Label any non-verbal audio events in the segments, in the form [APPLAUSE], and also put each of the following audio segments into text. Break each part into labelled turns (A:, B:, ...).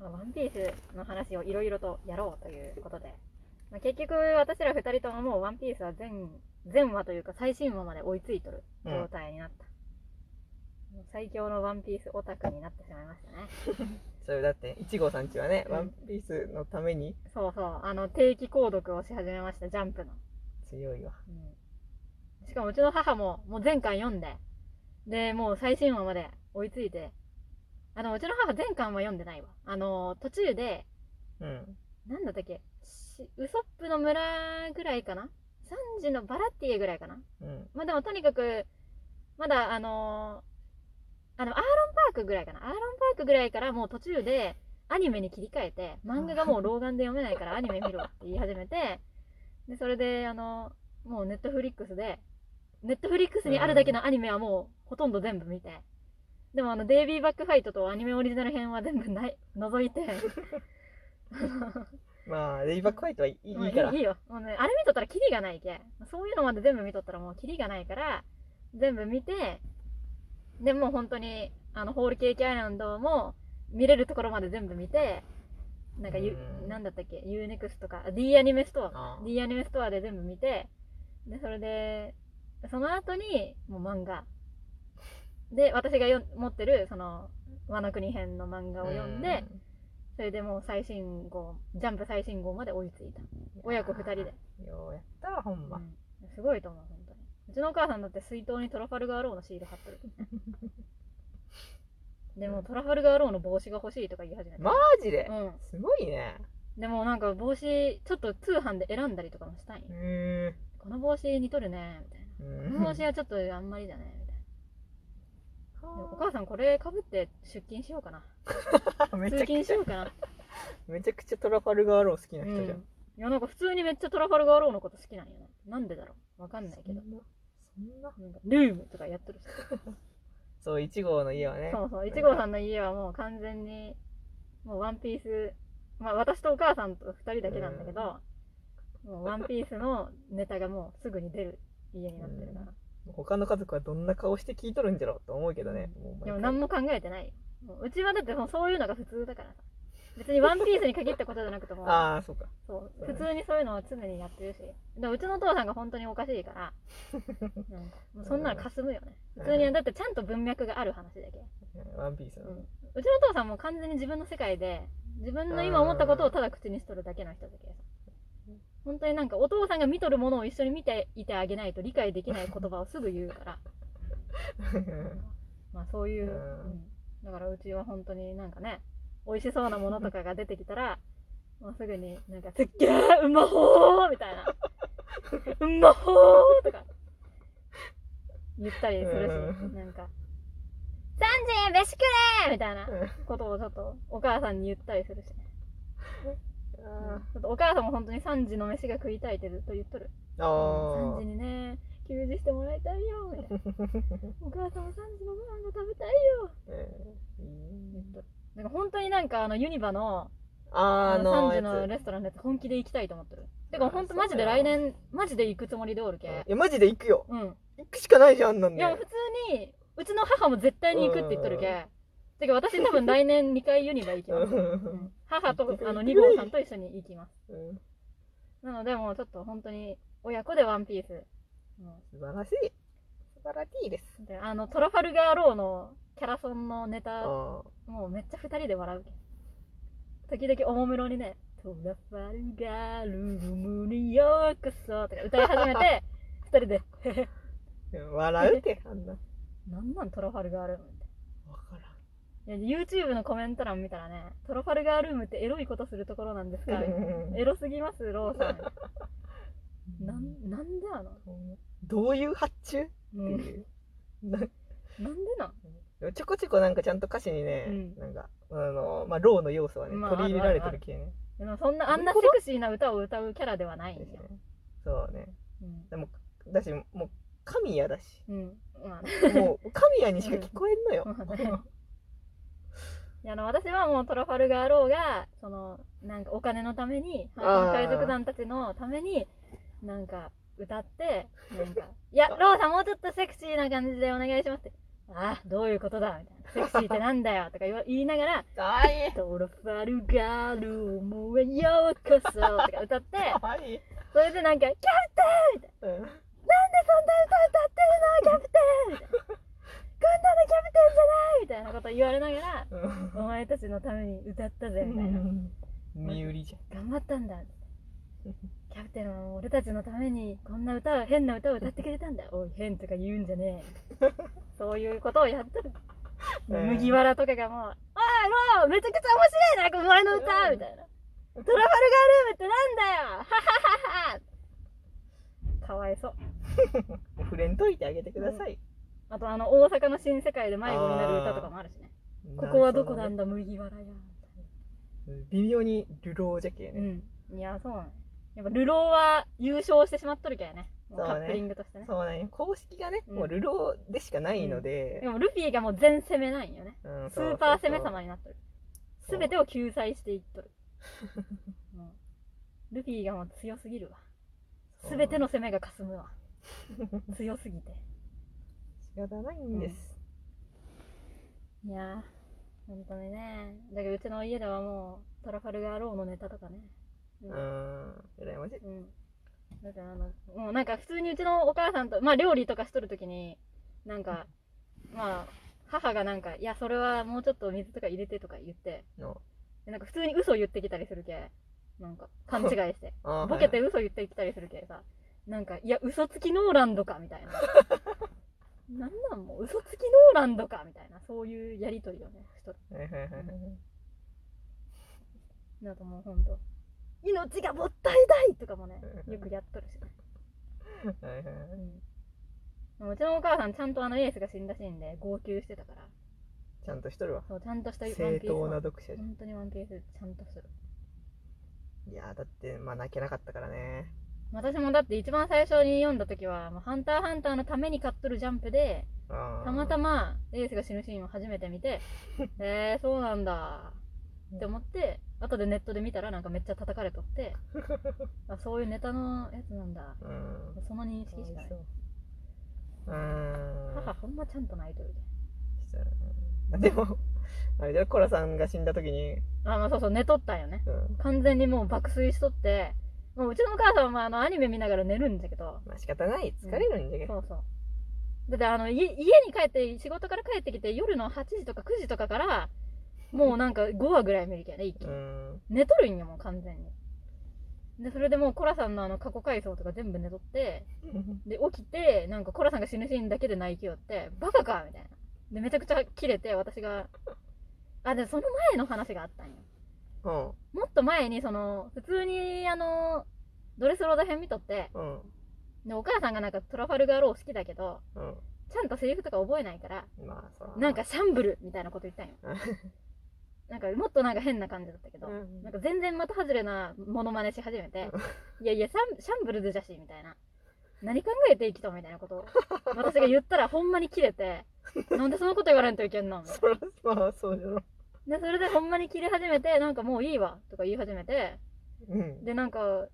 A: まあワンピースの話をいろいろとやろうということで、まあ、結局私ら2人とももうワンピースは全全話というか最新話まで追いついとる状態になった、もう最強のワンピースオタクになってしまいましたね
B: それだって一号さんちはね、
A: うん
B: ワンピースのために
A: そうそうあの定期購読をし始めましたジャンプの、
B: 強いわ
A: うん、しかもうちの母ももう前回読んででもう最新話まで追いついてあのうちの母前巻は読んでないわあの途中で
B: うん
A: なんだったっけしウソップの村ぐらいかなサンジのバラッティエぐらいかな
B: うん
A: まあでもとにかくまだあのーあのアーロンパークぐらいかなアーロンパークぐらいからもう途中でアニメに切り替えて漫画がもう老眼で読めないからアニメ見ろって言い始めてでそれであのもうネットフリックスでネットフリックスにあるだけのアニメはもうほとんど全部見て、でもあのデイビーバックファイトとアニメオリジナル編は全部ない覗 [LAUGHS] いて
B: まあレイバックファイトはいい,、
A: もうい
B: いから
A: いいよもう、ね、あれ見とったらキリがないけんそういうのまで全部見とったらもうキリがないから全部見てでもう本当にあのホールケーキアイランドも見れるところまで全部見てなんかゆ
B: うん
A: なんだったっけ UNEXT とかあ D アニメストア
B: ああ
A: D アニメストアで全部見てでそれでその後にもう漫画で私がよ持ってるその「ワノ国編」の漫画を読んで、それでもう最新号ジャンプ最新号まで追いついた
B: うん
A: 親子二人で、
B: ようやったわほんま、
A: うんすごいと思う本当にうちのお母さんだって水筒にトラファルガーローのシール貼ってるでもトラファルガーローの帽子が欲しいとか言い始めた、
B: マジで、
A: うん、
B: すごいね
A: でもなんか帽子ちょっと通販で選んだりとかもしたい、
B: うーん
A: この帽子似とるねみたいなこ
B: うん
A: の帽子はちょっとあんまりだねみたいなでもお母さんこれかぶって出勤しようかな
B: め
A: 通
B: ちゃ
A: 勤
B: く
A: し
B: ちゃ
A: ようかな
B: めちゃくちゃトラファルガーロー好きな人じゃん、
A: うんいやなんか普通にめっちゃトラファルガーローのこと好きなんよねなんでだろうわかんないけど
B: そんなそんな
A: なんかルームとかやってるし
B: そう一号の家はね
A: そうそう、一号さんの家はもう完全に、もうワンピース、まあ私とお母さんと二人だけなんだけど、もうワンピースのネタがもうすぐに出る家になってるから。
B: 他の家族はどんな顔して聞いとるんじゃろうと思うけどね、もう
A: でも
B: 毎回
A: 何も考えてないよ。もううちはだってもうそういうのが普通だからさ。別にワンピースに限ったことじゃなくても、
B: [LAUGHS] ああそうか
A: そう
B: そうね
A: 普通にそういうのを常にやってるし。でもうちのお父さんが本当におかしい
B: [LAUGHS]
A: から、うんもうそんなのかすむよね。普通に、だってちゃんと文脈がある話だけ。
B: うんワンピースの、
A: うちのお父さんも完全に自分の世界で自分の今思ったことをただ口にしとるだけの人だけどさ
B: うん
A: 本当になんかお父さんが見とるものを一緒に見ていてあげないと理解できない言葉をすぐ言うからまあそういう、
B: うん
A: うんだからうちは本当になんかね美味しそうなものとかが出てきたらもうすぐになんか「すっげーうまほー!」みたいな「うまほー!」とか言ったりするし、
B: うん
A: なんか「3時飯食れ!」みたいなことをちょっとお母さんに言ったりするしね、
B: [LAUGHS] あ
A: ちょっとお母さんも本当に3時の飯が食いたいってずっと言っとる
B: あ
A: 3
B: ー
A: 時にね給仕してもらいたいよ
B: [LAUGHS]
A: みたいなお母さんも3時のご飯が食べたいよ
B: えー
A: 言っとるなんか本当になんかあのユニバの
B: あー
A: あ
B: あ
A: の3
B: の
A: 時
B: や
A: の
B: つ
A: レストランのやつ本気で行きたいと思ってるて
B: あ
A: か
B: ー
A: 本当
B: そうだ
A: マ
B: よ
A: ジで来年マジで行くつもりでおるけ
B: いやマジで行くよ
A: うん、
B: 行くしかないじゃんあんなん
A: いや
B: ね
A: 普通にうちの母も絶対に行くって言っとるけてか私多分来年2回ユニバ行き
B: う
A: ます、うんん母とあの2号さんと一緒に行きます
B: うん
A: なのでもうちょっと本当に親子でワンピース、う
B: 素晴らしい素晴らしいです
A: んであのトラファルガーローのキャラソンのネタ
B: あ
A: もうめっちゃ二人で笑うけん時々おもむろにね「トラファルガールームにようこそ」とか歌い始め [LAUGHS] て二人でへへ
B: ー笑うってあんなわ
A: 「なんなんトラファルガールーム」って
B: からん
A: いや YouTube のコメント欄見たらね「トラファルガールームってエロいことするところなんですか?」エロすぎますローさんなんなんであの、
B: どういう発注
A: う
B: って
A: ん、
B: いうな
A: なんでなん
B: でもちょこちょこなんかちゃんと歌詞にね、
A: うん
B: なんかあのまあローの要素はね、
A: まあ
B: 取り入れられてる系ね。
A: でもそんなあんなセ
B: どういう
A: クシーな歌を歌うキャラではないん
B: です
A: よ。
B: ね。そうね。
A: うん。
B: でもだしもう神谷だし、
A: うん。まあね、
B: もう神谷にしか聞こえんのよ。
A: まあね。いやあの私はもうトラファルガーローがそのなんかお金のために
B: あー
A: 反海賊団たちのためになんか歌ってなんかいやローさんもうちょっとセクシーな感じでお願いしますってあどういうことだみたいな。セクシーってなんだよとか言わ言いながら、
B: かわいい
A: トロファルガール思へようこそとか歌って、
B: かわいい、
A: それでなんか、キャプテンみたい
B: うん、
A: な。なんでそんな歌歌ってるのキャプテンみたいな。こんなのキャプテンじゃないみたいなこと言われながら、お前たちのために歌ったぜみたいな。
B: 身売りじゃん
A: 頑張ったんだ。キャプテンは俺たちのためにこんな歌を変な歌を歌ってくれたんだ。 [LAUGHS] おい、変とか言うんじゃねえ。そういうことをやってる。
B: うん
A: 麦わらとかがもう、ああ、もうめちゃくちゃ面白いな、お前の歌みたいな。トラファルガールームってなんだよははははかわいそう。
B: 触れんといてあげてください、
A: あとあの、大阪の新世界で迷子になる歌とかもあるしね。ここはどこなん
B: だ
A: だ、麦わらや。
B: 微妙に流浪じゃけえ
A: う
B: ね、
A: ん。いや、そうなの。やっぱ、流浪は優勝してしまっとるけどね。もう
B: そう
A: カ
B: ね
A: ップリングとしてね。
B: そうなんよ公式がね、
A: うん
B: もう流浪でしかないの
A: で
B: で、
A: もルフィがもう全攻めないんよね。
B: うん
A: ス
B: そう
A: ー
B: そうそう
A: パー攻め様になっとる。
B: そう
A: すべてを救済していっとる。もうルフィがもう強すぎるわ。
B: そう
A: すべての攻めが霞むわ。強すぎて。
B: 仕方ないんです、
A: いやー、本当にね。だけどうちの家ではもうトラファルガーローのネタとかね。う
B: うんん、羨ましい
A: うん。だってあの、もうなんか普通にうちのお母さんと、まあ料理とかしとるときに、なんか、まあ、母がなんか、いや、それはもうちょっと水とか入れてとか言って、
B: の
A: でなんか普通に嘘言ってきたりするけ。なんか、勘違いして。
B: あー
A: ボケ
B: は
A: て
B: い
A: 嘘言ってきたりするけさ。なんか、いや、嘘つきノーランドか、みたいな。なんなんもう、嘘つきノーランドか、みたいな。そういうやりとりをね、しとる。
B: はいはいはいはい
A: なんかもうほんと。命がもったいないとかもね、よくやっとるしね。
B: はいはいは
A: う
B: い
A: ん。でもうちのお母さん、ちゃんとあのエースが死んだシーンで号泣してたから、
B: ちゃんとしとるわ
A: そう、ちゃんとしたワンピ
B: 正
A: ースを
B: 当な読者じゃん
A: 本当にワンピースちゃんとする。
B: いやーだってまあ泣けなかったからね
A: 私もだって一番最初に読んだ時は、もうハンターハンターのために買っとるジャンプで、た
B: た
A: また
B: ま
A: まエースが死ぬシーンを初めて見
B: [LAUGHS]
A: て、えー、そうなんだって思って、後でネットで見たらなんかめっちゃ叩かれと
B: [LAUGHS]
A: って、あそういうネタのやつなんだ。
B: うん
A: その認識しかない。
B: うん
A: 母ほんまちゃんと泣いとる
B: うんでも [LAUGHS] あれだよコラさんが死んだ時に、
A: で。あ、まあそうそう、寝とったんよね。
B: うん、
A: 完全にもう爆睡しとって、もううちのお母さんはあのアニメ見ながら寝るんだけど、
B: まあ仕方ない疲れるんじゃけ、
A: そうそう。だってあの、い家に帰って、仕事から帰ってきて、夜の8時とか9時とかから、もうなんか5話ぐらい見るけんね、一気
B: う
A: に。
B: ん
A: 寝とるんよ、もう完全に。で、それでもうコラさんのあの過去回想とか全部寝とって、で、起きて、なんかコラさんが死ぬシーンだけで泣いきよって、バカかみたいな。で、めちゃくちゃキレて、私が、あ、で、その前の話があったんよ。
B: うん
A: もっと前に、その、普通に、あの、ドレスロード編見とって、
B: うん
A: で、お母さんがなんかトラファルガーロー好きだけど、
B: うん
A: ちゃんとセリフとか覚えないから、
B: まあそら
A: なんかシャンブルみたいなこと言ったんよ。なんかもっとなんか変な感じだったけど、
B: うん
A: なんか全然的外れなモノマネし始めて、いやいやシャン、シャンブルズじゃし、みたいな。何考えて生きとんみたいなことを私が言ったらほんまにキレ
B: [LAUGHS]
A: て、なんでそのこと言われんといけんのみたい
B: そらまあそうじゃろ
A: な。で、それでほんまにキレ始めて、なんかもういいわ、とか言い始めて、
B: うん
A: で、なんか、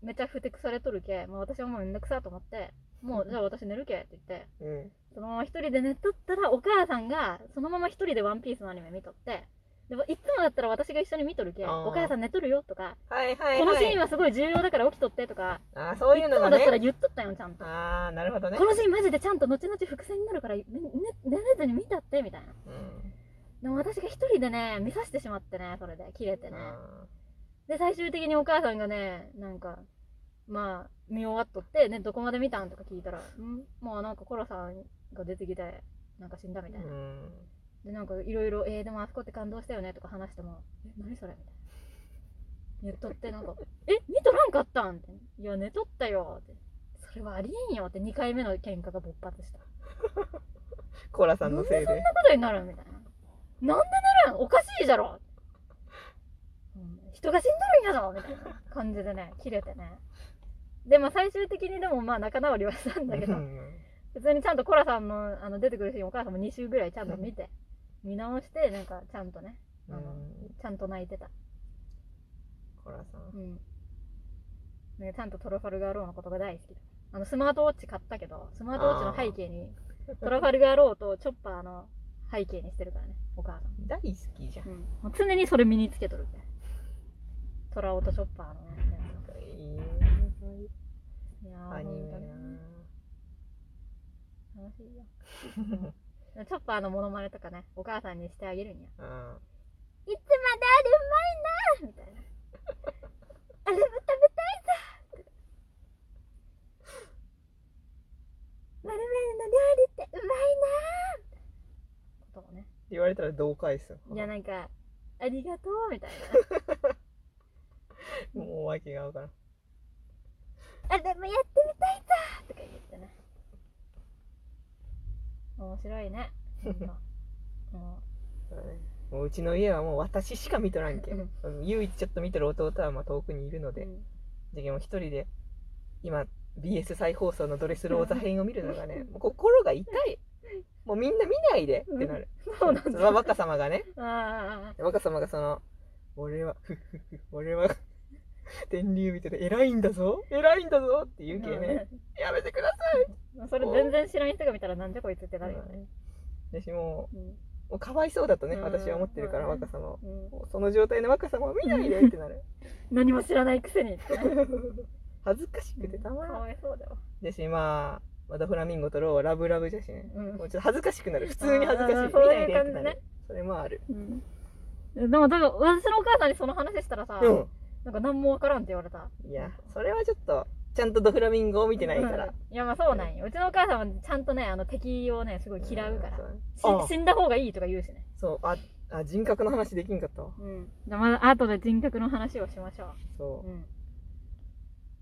A: めちゃふてくされとるけ、まあ私はもうめんどくさと思って、もうじゃあ私寝るけって言って、
B: うん
A: そのまま一人で寝とったらお母さんがそのまま一人でワンピースのアニメ見とってでもいつもだったら私が一緒に見とるけ
B: あー
A: お母さん寝とるよとか、
B: はいはいはい
A: このシーンはすごい重要だから起きとってとか
B: あーそういうの
A: つも
B: が
A: だったら
B: ね
A: 言っとったよちゃんと、
B: ああなるほどね
A: このシーンマジでちゃんと後々伏線になるから、ねね寝れずに見たってみたいな
B: うん
A: でも私が一人でね見させてしまってねそれで切れてね
B: あ
A: で最終的にお母さんがねなんかまあ見終わっとって、ね、どこまで見たんとか聞いたらんもうなんかコロさんが出てきてなんか死んだみ
B: ー
A: たい
B: う
A: な、
B: ん
A: でなんかいろいろ「えー、でもあそこって感動したよね」とか話しても「え何それ?」みたいな言っとってなんか「え見とらんかったん?」って「いや寝とったよ」って「それはありえんよ」って2回目の喧嘩が勃発したこ
B: コラさんのせいで
A: とになるみたいな「なんで寝るんおかしいじゃろ!」うん人が死んどるんやぞみたいな感じでね切れてねでまあ最終的にでもまあ仲直りはしたんだけど
B: うん
A: 普通にちゃんとコラさんのあの出てくるシーンお母さんも2週ぐらいちゃんと見て見直してなんかちゃんとねあの
B: うん
A: ちゃんと泣いてた。
B: コラさん
A: うん。ね、ちゃんとトロファルガーローのことが大好きだ。あの、スマートウォッチ買ったけど、スマートウォッチの背景にトラファルガーローとチョッパーの背景にしてるからね、お母さん。
B: 大好きじゃん。
A: うん、もう常にそれ身につけとるって。トラオとチョッパーのね。
B: いいね
A: いやー、
B: アニメ
A: ほんと
B: な
A: ね楽しいよ。
B: [LAUGHS] ぁ。
A: チョッパーのモノマネとかね、お母さんにしてあげるんや。
B: ああ
A: いつまであるうまいなみたいな。あれも食べたいさまるまるの料理ってうまいなことをね。
B: 言われたらどう返すの
A: いや、なんか、ありがとうみたい
B: もう訳が分からん。
A: な。あ、でもやってみたいさとか言ってね。面白いね。ほんとも
B: そうだねもううちの家はもう私しか見とらんけん。唯一ちょっと見てる弟はまあ遠くにいるの
A: う、う
B: で、
A: ん
B: じゃあもう一人で今 BS 再放送のドレスローザ編を見るのがね、もう心が痛い。もうみんな見ないでってなる。
A: そうなん
B: そ
A: だ。
B: の若様がね、
A: あ
B: 若様がその、俺は、ふっふっふ、俺は、 [LAUGHS] 天竜見てて偉いんだぞ偉いんだぞって
A: ー
B: 言うけね、。やめてくださ
A: それ全然知らん人が見たらなんじゃこいつってないるよね。
B: 私も
A: うん
B: う、もうかわいそうだとね、
A: うん
B: 私は思ってるから、
A: そうね
B: 若様を。
A: うん
B: もうその状態の若様を見ないでってな
A: [LAUGHS]
B: る。
A: 何も知らないくせにってね。
B: 恥ずかしくてたま
A: から
B: ん。
A: わいそうだよ。
B: だし、まあ、またフラミンゴとローはラブラブじゃしね。
A: うん
B: もうちょっと恥ずかしくなる。普通に恥ずかしい。
A: あー
B: 見ないで
A: そういう感
B: って
A: じね
B: なる。それもある。
A: でも、多分私のお母さんにその話したらさ、
B: う
A: なんか何もわからんって言われた。
B: ん。いや、それはちょっと、ちゃんとドフラミンゴを見てないから。
A: うんいや、まあそうなんよ。うちのお母さんはちゃんとね、あの敵をね、すごい嫌うから。
B: ん
A: し
B: そうあ
A: 死んだ方がいいとか言うしね。
B: そうああ人格の話できんかったわ
A: うん。じゃあまだ後で人格の話をしましょ。
B: そう
A: うん。